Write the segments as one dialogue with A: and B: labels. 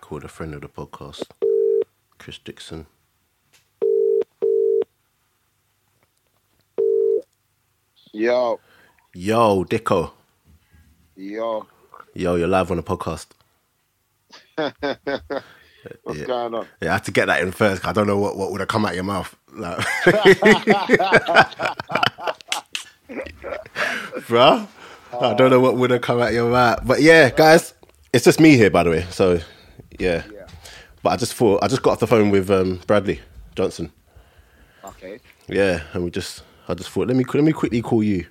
A: called a friend of the podcast, Chris Dixon.
B: Yo,
A: Yo, Dicko.
B: yo,
A: Yo, you're live on the podcast.
B: what's
A: Yeah.
B: going on?
A: Yeah, I had to get that in first. 'cause I don't know what, what would have come out your mouth. Like, bruh, I don't know what would have come out your mouth. But yeah, guys, it's just me here, by the way. So yeah,
B: Yeah.
A: but I just thought I just got off the phone with um, Bradley Johnson.
B: Okay,
A: Yeah, and we just I just thought let me let me quickly call you.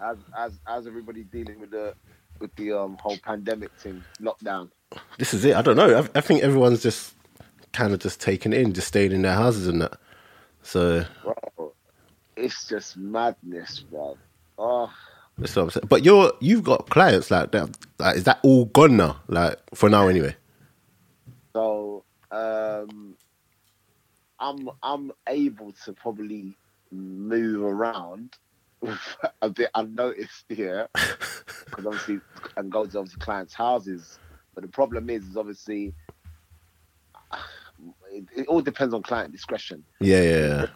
B: as as as everybody dealing with the with the um whole pandemic thing, lockdown.
A: This is it. I don't know. I, I think everyone's just kind of just taken in, just staying in their houses and that. So
B: Bro, it's just madness, bro. Oh,
A: That's what I'm saying. But you're you've got clients like that. Like, is that all gone now? Like for now, anyway.
B: so um, I'm I'm able to probably move around a bit unnoticed here, because obviously and go to obviously clients' houses. But the problem is, is obviously. It, it all depends on client discretion.
A: Yeah, yeah,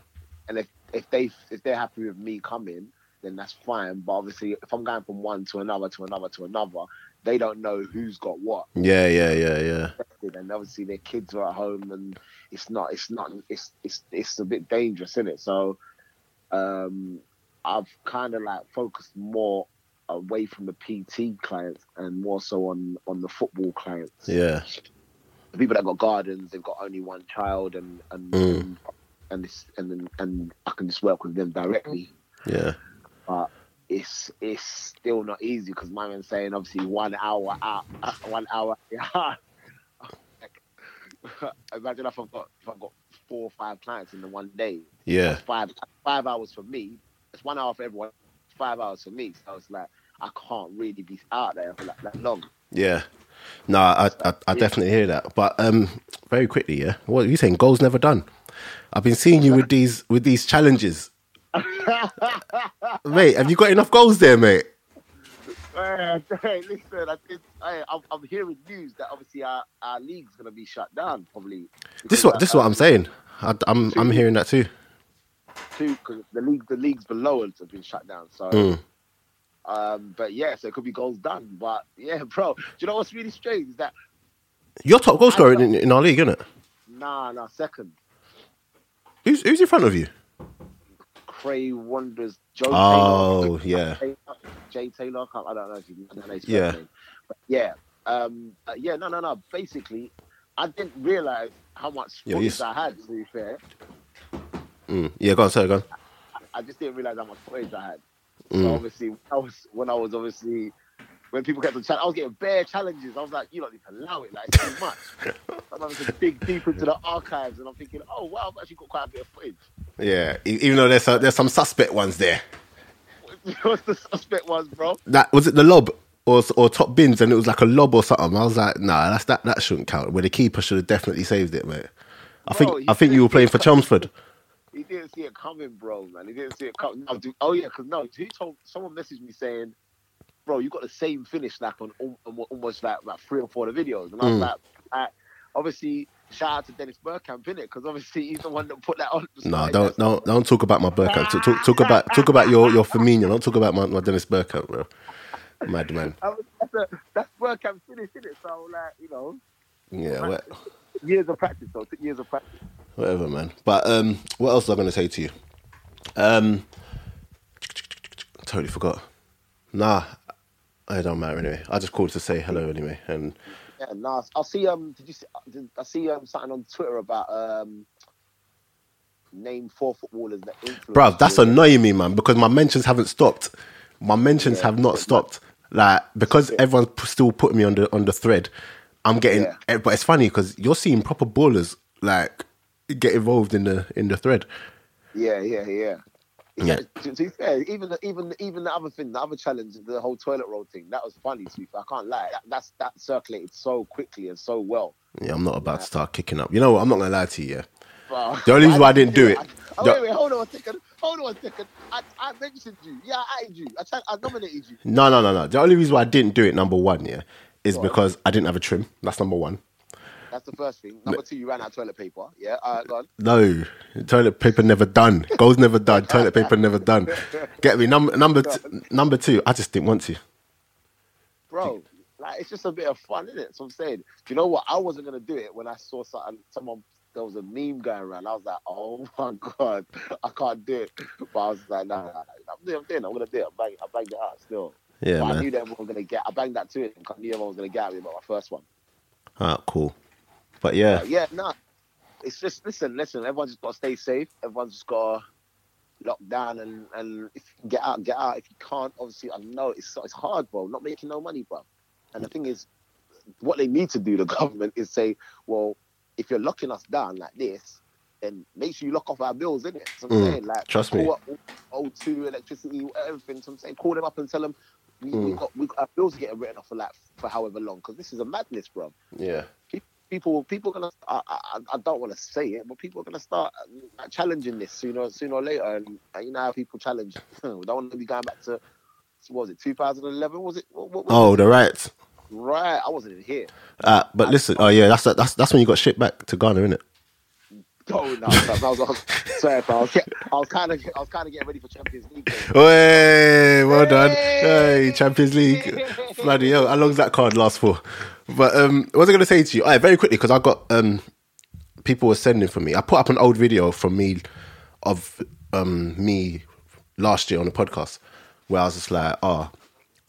B: and if, if they if they're happy with me coming, then that's fine. But obviously, if I'm going from one to another to another to another, they don't know who's got what.
A: yeah, yeah, yeah, yeah.
B: And obviously, their kids are at home, and it's not it's not it's it's it's a bit dangerous, isn't it? So, um, I've kind of like focused more away from the PT clients and more so on on the football clients.
A: Yeah,
B: The people that got gardens, they've got only one child, and and.
A: Mm.
B: and and, this, and then- and I can just work with them directly.
A: yeah,
B: it's it's still not easy because my man's saying obviously one hour out, one hour. Imagine if I've got if I've got four or five clients in the one day.
A: yeah,
B: Five five hours for me. It's one hour for everyone. it's Five hours for me. So it's like I can't really be out there for that, that long.
A: yeah. No, I, I, I definitely hear that. But um, very quickly, yeah. What are you saying? Goals never done. I've been seeing you with these with these challenges, mate. Have you got enough goals there, mate?
B: Hey, hey, listen, I think, hey, I'm, I'm hearing news that obviously our, our league's gonna be shut down probably.
A: This is what this is what I'm saying. I, I'm I'm hearing that too.
B: too because the league the leagues below us have been shut down. So,
A: Mm.
B: um, but yeah, so it could be goals done. But yeah, bro, do you know what's really strange is that
A: You're top goal scorer in, in our league, isn't it?
B: nah, nah, second
A: Who's who's in front of you?
B: Cray Wonders Joe
A: Oh, yeah.
B: Taylor, Jay Taylor, I, can't, I don't know if you I don't know his first
A: Yeah.
B: name. but yeah, um, uh, yeah, no, no, no. Basically, I didn't realize how much
A: Yeah,
B: points
A: he's-
B: I had. To be fair,
A: Mm. Yeah, go on, sorry, go on.
B: I just didn't realize how much points I had. So
A: Mm.
B: obviously, I was when I was obviously when people kept on challenge, I was getting bare challenges. I was like, you don't need to allow it, like it's too much. I'm having to dig deep into the archives, and I'm thinking, oh wow, I've actually got quite a bit of footage.
A: Yeah, e- even though there's a, there's some suspect ones there.
B: What's the suspect ones, bro?
A: That was it the lob or or top bins, and it was like a lob or something. I was like, nah, that's that that shouldn't count. Where the keeper should have definitely saved it, mate. I
B: Bro,
A: think
B: you
A: I think you were playing for Chelmsford.
B: He didn't see it coming, bro, man. He didn't see it coming. No, dude- oh yeah, because no, he told someone messaged me saying, bro, you got the same finish like on al- al- almost like like three or four of the videos, and I was
A: Mm.
B: like, I, obviously. Shout out to Dennis Burkamp, innit? Because obviously he's the one that put that on.
A: No, don't don't don't talk about my Burkamp. Talk, talk, talk about talk about your your Firmino. Don't talk about my, my Dennis Burkamp, bro. Madman.
B: I was, that's, a, that's work I'm finished, innit? So, like, you know,
A: Yeah, wha-
B: years of practice, though. Took years of practice.
A: whatever, man. But um, what else was I gonna say to you? Um, totally forgot. Nah, it don't matter anyway. I just called to say hello anyway, and
B: Yeah, nice. I see, um, did you see, did, I see um, something on Twitter about, um, name four footballers that influence.
A: Bruv, that's
B: you.
A: annoying me, man, because my mentions haven't stopped. My mentions
B: Yeah.
A: have not stopped. Like because
B: Yeah.
A: everyone's p- still putting me on the on the thread, I'm getting.
B: Yeah.
A: eh, But it's funny because you're seeing proper ballers like get involved in the in the thread.
B: Yeah, yeah, yeah.
A: Yeah.
B: To, to be fair, even the, even even the other thing, the other challenge, the whole toilet roll thing, that was funny. To be fair, I can't lie. That, that's that circulated so quickly and so well.
A: Yeah, I'm not about to start kicking up. You know what? I'm not gonna lie to you. Yeah,
B: Bruh.
A: The only reason why I didn't do it-
B: Oh,
A: the-
B: wait, wait, hold on a second. Hold on a second. I, I mentioned you. Yeah, I added you. I, tried, I nominated you.
A: no, no, no, no. The only reason why I didn't do it, number one, yeah, is
B: Go on.
A: because I didn't have a trim. That's number one.
B: That's the first thing. Number two, you ran out of toilet paper. Yeah, all right, go on.
A: No, toilet paper never done. Goals never done. Toilet paper never done. Get me number number t- number two. I just didn't want to.
B: bro. Like it's just a bit of fun, isn't it? So I'm saying, do you know what? I wasn't gonna do it when I saw something. Someone there was a meme going around. I was like, oh my god, I can't do it. But I was like, nah, nah, nah. I'm doing, I'm doing, it. I'm gonna do it. I bang, I banged it out still.
A: Yeah,
B: but I
A: man.
B: knew that everyone was gonna get. I banged that to it. I knew everyone was gonna get at me about my first one.
A: Ah, cool. But yeah,
B: But yeah, nah. It's just listen, listen. Everyone's just gotta stay safe. Everyone's just gotta lock down and and if you can get out, get out. If you can't, obviously, I know it's it's hard, bro. Not making no money, bro. And the thing is, what they need to do, the government, is say, well, if you're locking us down like this, then make sure you lock off our bills, innit? So I'm
A: Mm,
B: saying, like,
A: trust me.
B: call up O2, electricity, everything. So I'm saying, call them up and tell them. We, we
A: Mm.
B: got, we got our bills getting written off for like for however long because this is a madness, bro
A: yeah,
B: people people are gonna I, I, I don't want to say it but people are gonna start uh, challenging this sooner sooner or later and, and you know how people challenge we don't want to be going back to what was it 2011 was it what, what was
A: Oh, the riots.
B: it? right I wasn't even here
A: Uh, but listen, oh yeah, that's that's that's when you got shipped back to Ghana, isn't it?
B: oh no fam, I was, I was sorry fam, I was, get- I was kind of I was kind of getting ready for Champions League game.
A: Hey, well done.
B: Hey!
A: Hey, Champions League. Bloody hell, how long's that card last for? But um, what was I going to say to you? All right, very quickly, because I got um, people were sending for me. I put up an old video from me of um, me last year on the podcast where I was just like, ah,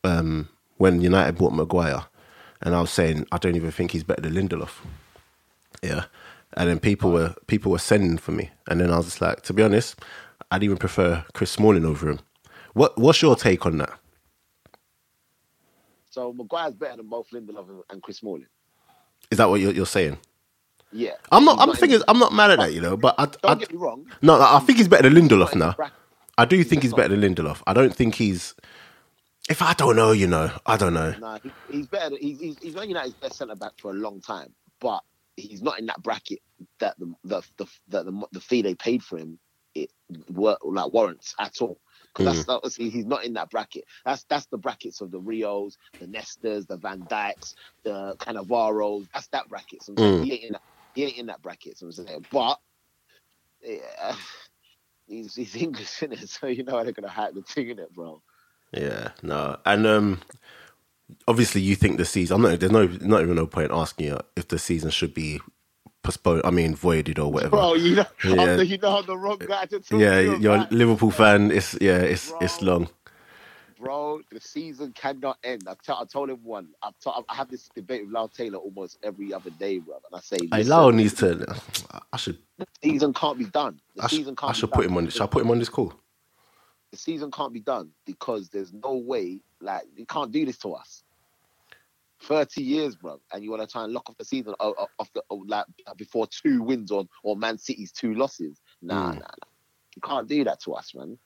A: um, when United bought Maguire, and I was saying, I don't even think he's better than Lindelof. Yeah. And then people were people were sending for me, and then I was just like, to be honest, I'd even prefer Chris Smalling over him. What What's your take on that?
B: so Maguire's better than both Lindelof and- and Chris Smalling
A: Is that what you're, you're saying?
B: yeah
A: I'm not.
B: He's
A: I'm thinking.
B: in-
A: I'm not mad at that, you know. But I, I-
B: don't get me wrong
A: no, no, I think he's better than Lindelof
B: in the
A: now.
B: bracket.
A: I do think he's better than Lindelof. I don't think he's. If I don't know, you know, I don't know.
B: Nah, he, he's better. Than, he's, he's he's Man United's best centre back for a long time, but he's not in that bracket that the the the that the, the fee they paid for him it were like warrants at all. Because that's obviously he's not in that bracket. That's that's the brackets of the Rios, the Nestas, the Van Dykes, the Cannavaros. That's that bracket. So I'm saying
A: Mm.
B: he ain't in that. He ain't in that bracket. So I'm saying, but. Yeah, he's, he's English, is So you know they're gonna hack the thing in it, bro.
A: Yeah, no, and um, obviously you think the season. I'm not. There's no not even no point asking you if the season should be postponed. I mean, voided or whatever.
B: Bro, you know,
A: Yeah.
B: I'm the, you know, I'm the wrong guy to talk
A: yeah,
B: to you
A: you're a
B: about.
A: Liverpool fan. It's yeah, it's it's
B: Bro.
A: long.
B: bro. The season cannot end. I, t- I told him one. I've t- I have this debate with Lau Taylor almost every other day, bro. And I say,
A: Hey,
B: listen,
A: Lau needs to. I should.
B: the season can't be done. The
A: I should,
B: season can't.
A: I should
B: be
A: put
B: done.
A: him on. Should I put him on this call?
B: The season can't be done because there's no way. Like you can't do this to us. Thirty years, bro, and you want to try and lock off the season o- o- off the o- like before two wins on or Man City's two losses. Nah,
A: Mm.
B: nah, nah. You can't do that to us, man.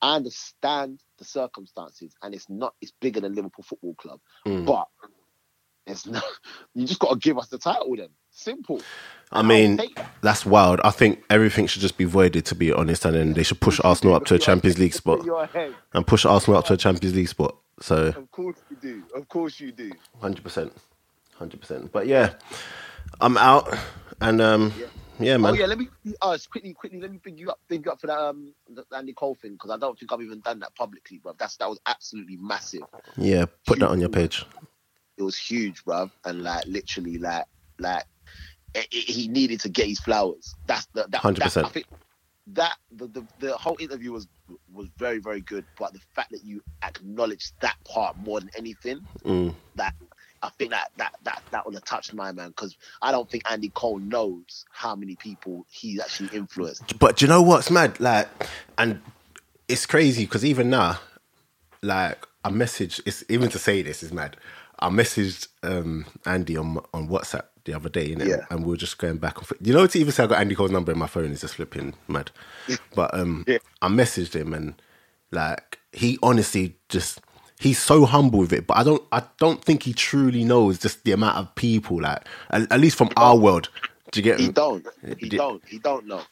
B: I understand the circumstances, and it's not. It's bigger than Liverpool Football Club.
A: Mm.
B: But it's not. You just got to give us the title then. Simple.
A: I mean,
B: I'll take that.
A: that's wild. I think everything should just be voided, to be honest, and then they should push Arsenal up to a Champions League spot
B: You're ahead.
A: and push Arsenal up to a Champions League spot. So,
B: Of course you do. Of course you do.
A: hundred percent, hundred percent. But yeah, I'm out, and um,
B: Yeah.
A: yeah, man.
B: Oh yeah, let me uh, quickly, quickly, let me big you up, big you up for that um the Andy Cole thing because I don't think I've even done that publicly, bro. That's that was absolutely massive.
A: Yeah, put that on your page.
B: It was huge, bruv. and like literally, like like it, it- he needed to get his flowers. That's the that,
A: 100%.
B: that I think that the, the the whole interview was was very very good, but the fact that you acknowledged that part more than anything,
A: Mm.
B: that I think that that that that would have touched my man because I don't think Andy Cole knows how many people he's actually influenced.
A: But do you know what's mad? Like, and it's crazy because even now, like, I messaged. It's even to say this is mad. I messaged um, Andy on on WhatsApp the other day, innit?
B: Yeah.
A: and we were just going back and forth. You know, to even say I got Andy Cole's number in my phone is just flipping mad. But um,
B: Yeah.
A: I messaged him, and like, he honestly just. He's so humble with it, but I don't. I don't think he truly knows just the amount of people, like at, at least from our world. Do you get
B: He
A: me?
B: don't. He
A: Mm. Uh, Di-
B: don't. He don't know.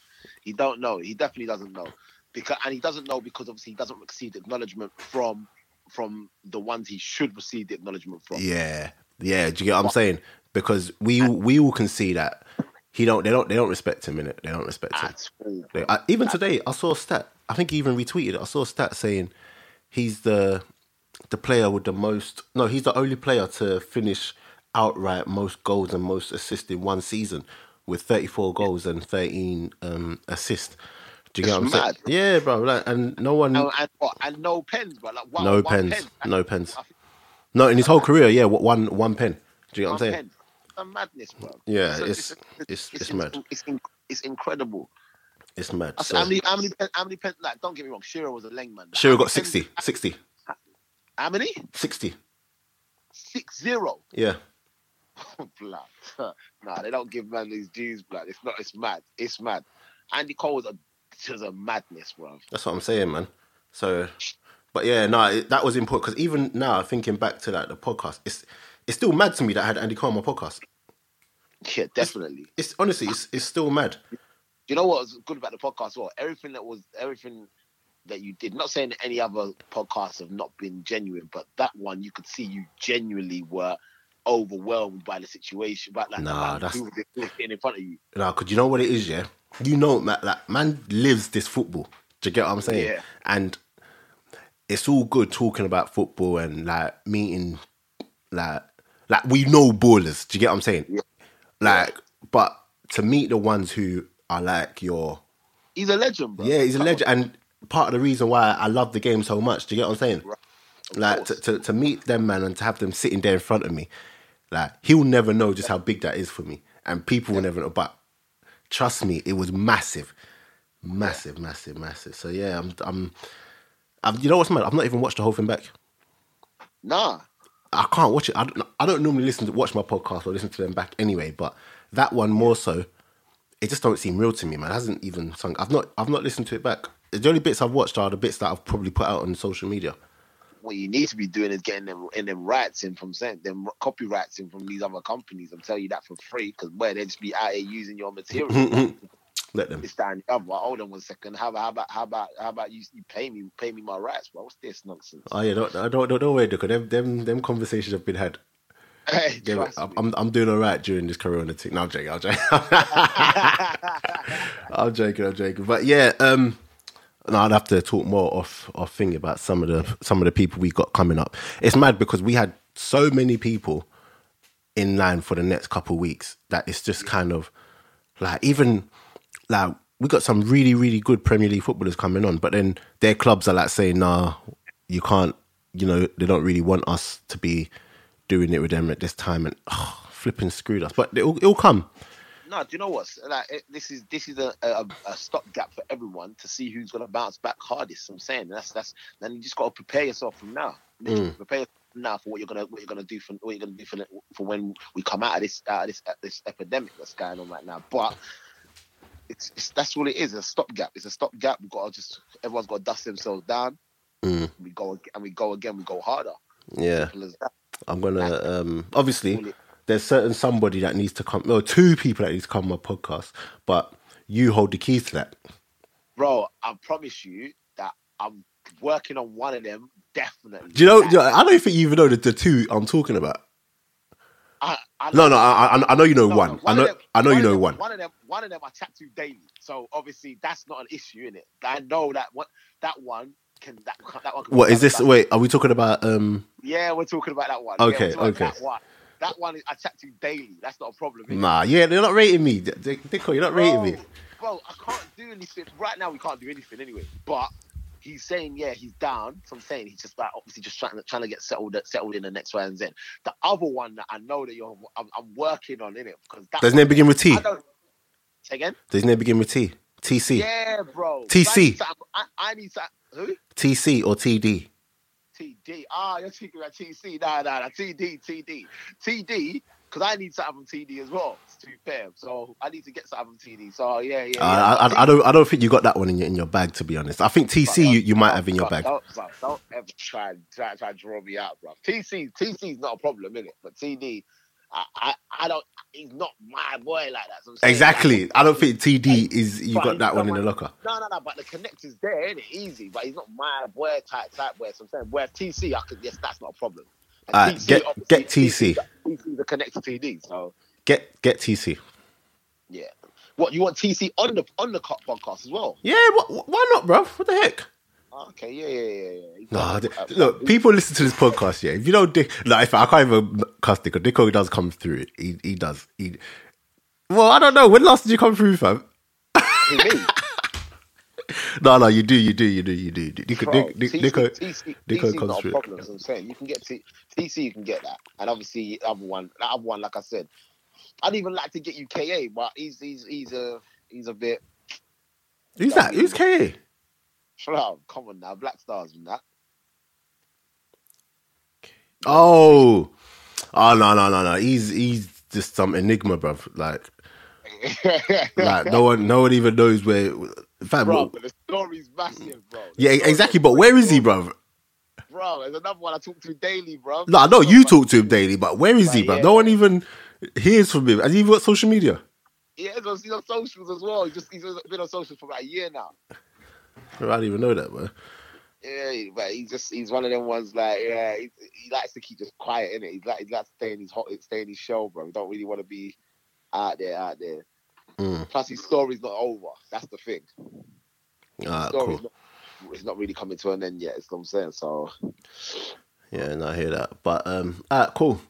B: He don't know. He definitely doesn't know because and he doesn't know because obviously he doesn't receive the acknowledgement from from the ones he should receive the acknowledgement from.
A: Yeah, yeah. Do you get what I'm saying? because we we all can see that he don't they don't they don't respect him in it. They don't respect him.
B: That's true.
A: They- I, even today, I saw a stat. I think he even retweeted. it. I saw a stat saying he's the the player with the most. No, he's the only player to finish outright most goals and most assists in one season with 34 goals and 13 um, assists. Do you get
B: It's
A: what I'm saying?
B: mad.
A: Yeah, bro. Like, and no one,
B: And, Oh, and, what, and no pens, but like one,
A: no
B: one
A: pens,
B: pen. That's-
A: no pens.
B: I think
A: No, in his whole career, yeah, wh- one one pen. Do you get
B: one
A: what I'm saying?
B: pen. It's a madness, bro.
A: Yeah,
B: So
A: it's it's it's mad.
B: It's, in, it's incredible.
A: It's mad.
B: I said,
A: So,
B: how many, how many, pen, how many pen, like, don't get me wrong, Shearer was a leng man.
A: Shearer got
B: How
A: 60,
B: many pens-
A: 60,
B: How many?
A: 60.
B: Six zero.
A: Yeah,
B: blood. nah, they don't give man these dues, blood. It's not. It's mad. It's mad. Andy Cole was a was a madness, bro.
A: that's what I'm saying, man. So, but yeah, no, it, that was important because even now, thinking back to that, the podcast, it's it's still mad to me that I had Andy Cole on my podcast.
B: Yeah, definitely.
A: It's honestly, it's it's still mad.
B: you know what was good about the podcast? as Well, everything that was everything that you did. Not saying that any other podcasts have not been genuine, but that one you could see you genuinely were overwhelmed by the situation, by like
A: Nah,
B: about
A: that's-
B: who was who was sitting in front of you.
A: Now, because you know what it is, yeah? You know, man, like, man lives this football. Do you get what I'm saying?
B: Yeah.
A: And it's all good talking about football and like meeting, like, like we know ballers. Do you get what I'm saying?
B: Yeah.
A: Like, but to meet the ones who are like your,
B: He's a legend, bro.
A: yeah, he's a
B: Come
A: legend. And part of the reason why I love the game so much. Do you get what I'm saying?
B: Right. Of
A: Like
B: course.
A: to, to, to meet them, man, and to have them sitting there in front of me, like he'll never know just how big that is for me, and people will never know. But trust me, it was massive, massive, massive, massive. So yeah, I'm, I'm, I'm you know what's mad? I've not even watched the whole thing back.
B: on. Nah,
A: I can't watch it. I don't, I don't normally listen to watch my podcast or listen to them back anyway, but that one more so. It just don't seem real to me, man. It hasn't even sunk. I've not, I've not listened to it back. The only bits I've watched are the bits that I've probably put out on social media.
B: what you need to be doing is getting them in them rights in from sent them copyrights in from these other companies. I'm telling you that for free because where they just be out here using your material.
A: Let them.
B: this that and the other. Hold on one second. How about how about how about how about you, you pay me pay me my rights, bro? What's this nonsense?
A: Oh yeah, don't don't don't, don't worry, Duka. Them them them conversations have been had.
B: Hey,
A: Give it.
B: trust
A: I'm,
B: me.
A: I'm I'm doing all right during this corona thing. No, I'm joking. I'm joking. I'm joking. I'm joking. But yeah, um, no, I'd have to talk more off off thing about some of the some of the people we got coming up. It's mad because we had so many people in line for the next couple of weeks that it's just kind of like even like we got some really really good Premier League footballers coming on, but then their clubs are like saying, "Nah, you can't." You know, they don't really want us to be doing it with them at this time, and oh, flipping screwed us. But it'll, it'll come.
B: No, do you know what's Like, it- this is this is a, a, a stopgap for everyone to see who's gonna bounce back hardest. I'm saying that's that's then you just gotta prepare yourself from now. Literally, Prepare yourself from now for what you're gonna what you're gonna do for what you're gonna do for the- for when we come out of this out of this this epidemic that's going on right now. But it's, it's that's what it is. A stopgap. It's a stopgap. We've got to just everyone's got to dust themselves down.
A: Mm.
B: We go ag- and we go again. We go harder.
A: Yeah,
B: Simple as that.
A: I'm gonna. Um, obviously, there's certain somebody that needs to come. Well, two people that need to come on my podcast, but you hold the keys to that.
B: Bro, I promise you that I'm working on one of them definitely.
A: Do you know? do you know- I don't think you even know the, the two I'm talking about.
B: I, I
A: No, no, I, I- I know you know
B: no, no,
A: one. I know,
B: of them-
A: I know you
B: of
A: know
B: them-
A: one.
B: One of them, one of them, I chat to daily. So obviously, that's not an issue in it. I know that what that one can that, that one. Can
A: What
B: be
A: is
B: done
A: this?
B: about-
A: Wait, are we talking about? Um,
B: Yeah, we're talking about that one.
A: Okay,
B: yeah, we're talking about
A: okay.
B: That one, that one is, I chat to daily. That's not a problem. is it?
A: nah, yeah, they're not rating me. D- D- Dicko, you're not rating me.
B: Bro, I can't do anything right now. We can't do anything anyway. But he's saying, yeah, he's down. So I'm saying he's just like obviously just trying to trying to get settled settled in the next round. Then the other one that I know that you're I'm, I'm working on in it because that
A: Does his name begin with T?
B: I don't say again.
A: Does his name begin with T? TC,
B: Yeah, bro.
A: TC.
B: I need to- I, I need to, who?
A: TC or TD?
B: TD. Ah, you're thinking about TC. Nah, nah, nah. TD, TD, TD. Because I need something from TD as well. To be fair, so I need to get something from TD. So yeah, yeah. yeah.
A: Uh, I, I, I don't. I don't think you got that one in your in your bag. To be honest, I think TC
B: um,
A: you, you might have in your
B: Bruv,
A: bag.
B: Don't, bruv, don't ever try and try, try and draw me out, bro. TC, TC's not a problem, innit? But TD, I, I, I don't. He's not my boy like that. so I'm saying,
A: Exactly. I don't think TD is. You
B: But
A: got
B: he's
A: that one in the
B: someone-
A: locker.
B: No, no, no. But the connect is there, ain't it? Easy. But he's not my boy type type boy. So I'm saying, where TC, I could yes, that's not a problem. And
A: Alright, get-
B: obviously,
A: get TC.
B: TC's a connects TD. So
A: Get get TC.
B: yeah, what you want TC on the on the co- podcast as well?
A: Yeah, wh- wh- why not, bro? What the heck?
B: Okay, yeah, yeah, yeah, yeah.
A: Nah, th- look, people listen to this podcast. Yeah, if you don't, Dick, like, if I can't even cuss Dick. Dicko does come through. He he does. He, well, I don't know. When last did you come through, fam?
B: Who, me?
A: No, no, you do, you do, you do, you do. Dicko,
B: Bro,
A: Dick, Dick,
B: TC
A: Dicko,
B: TC
A: Dicko comes
B: not a
A: through.
B: problem. That's what I'm saying. You can get T- TC, you can get that, and obviously the other one, the other one, like I said, I'd even like to get you KA, but he's he's he's a he's a bit.
A: Who's that? Who's KA?
B: Shut up! oh, Come on now, Black Stars and that.
A: Oh, oh no, no, no, no. He's he's just some enigma, bro. Like, like no one, no one even knows where. In fact,
B: bro, but the story's massive, bro. The
A: yeah,
B: story's
A: exactly. But where is he, bro?
B: bro? There's another one I talk to daily, bro.
A: No, I know you talk to him daily, but where is he,
B: Like,
A: bro?
B: yeah.
A: No one even hears from him. Has he even got social media?
B: Yeah, he's on, he's on socials as well. He's just he's been on socials for about a year now.
A: I don't even know that, bro.
B: Yeah, but he's just he's one of them ones like yeah, he, he likes to keep just quiet in it. He's like he likes to stay in his hot, stay in his shell, bro. He don't really want to be out there, out there.
A: Mm.
B: Plus, his story's not over. That's the thing.
A: Ah,
B: Story's
A: cool.
B: not, it's not really coming to an end yet. Is what I'm saying. So
A: Yeah, no, I hear that. But um, ah, cool.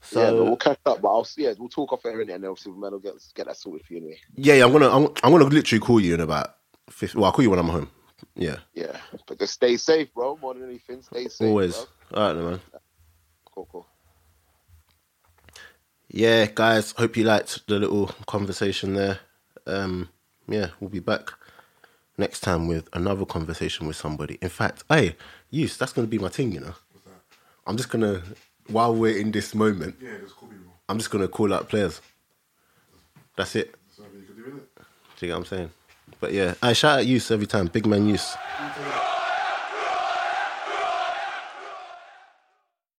A: So
B: yeah, but we'll catch up. But I'll see. Yeah, we'll talk off air in it, and then Superman will get get that sorted for you anyway.
A: yeah, yeah, I'm gonna, I'm, I'm gonna literally call you in about. 50, well, I'll call you when I'm home. Yeah,
B: Yeah, but just stay safe, bro. More than anything, stay safe.
A: always.
B: Bro.
A: All right, then, man.
B: Cool, cool.
A: yeah, guys, hope you liked the little conversation there. Um, yeah, we'll be back next time with another conversation with somebody. In fact, hey, use that's gonna be my thing, you know. I'm just gonna while we're in this moment,
C: Yeah, there's cool people.
A: I'm just gonna call out players. That's it.
C: There's nothing you can do in it.
A: Do you get what I'm saying? But yeah, I shout out use every time, big man use.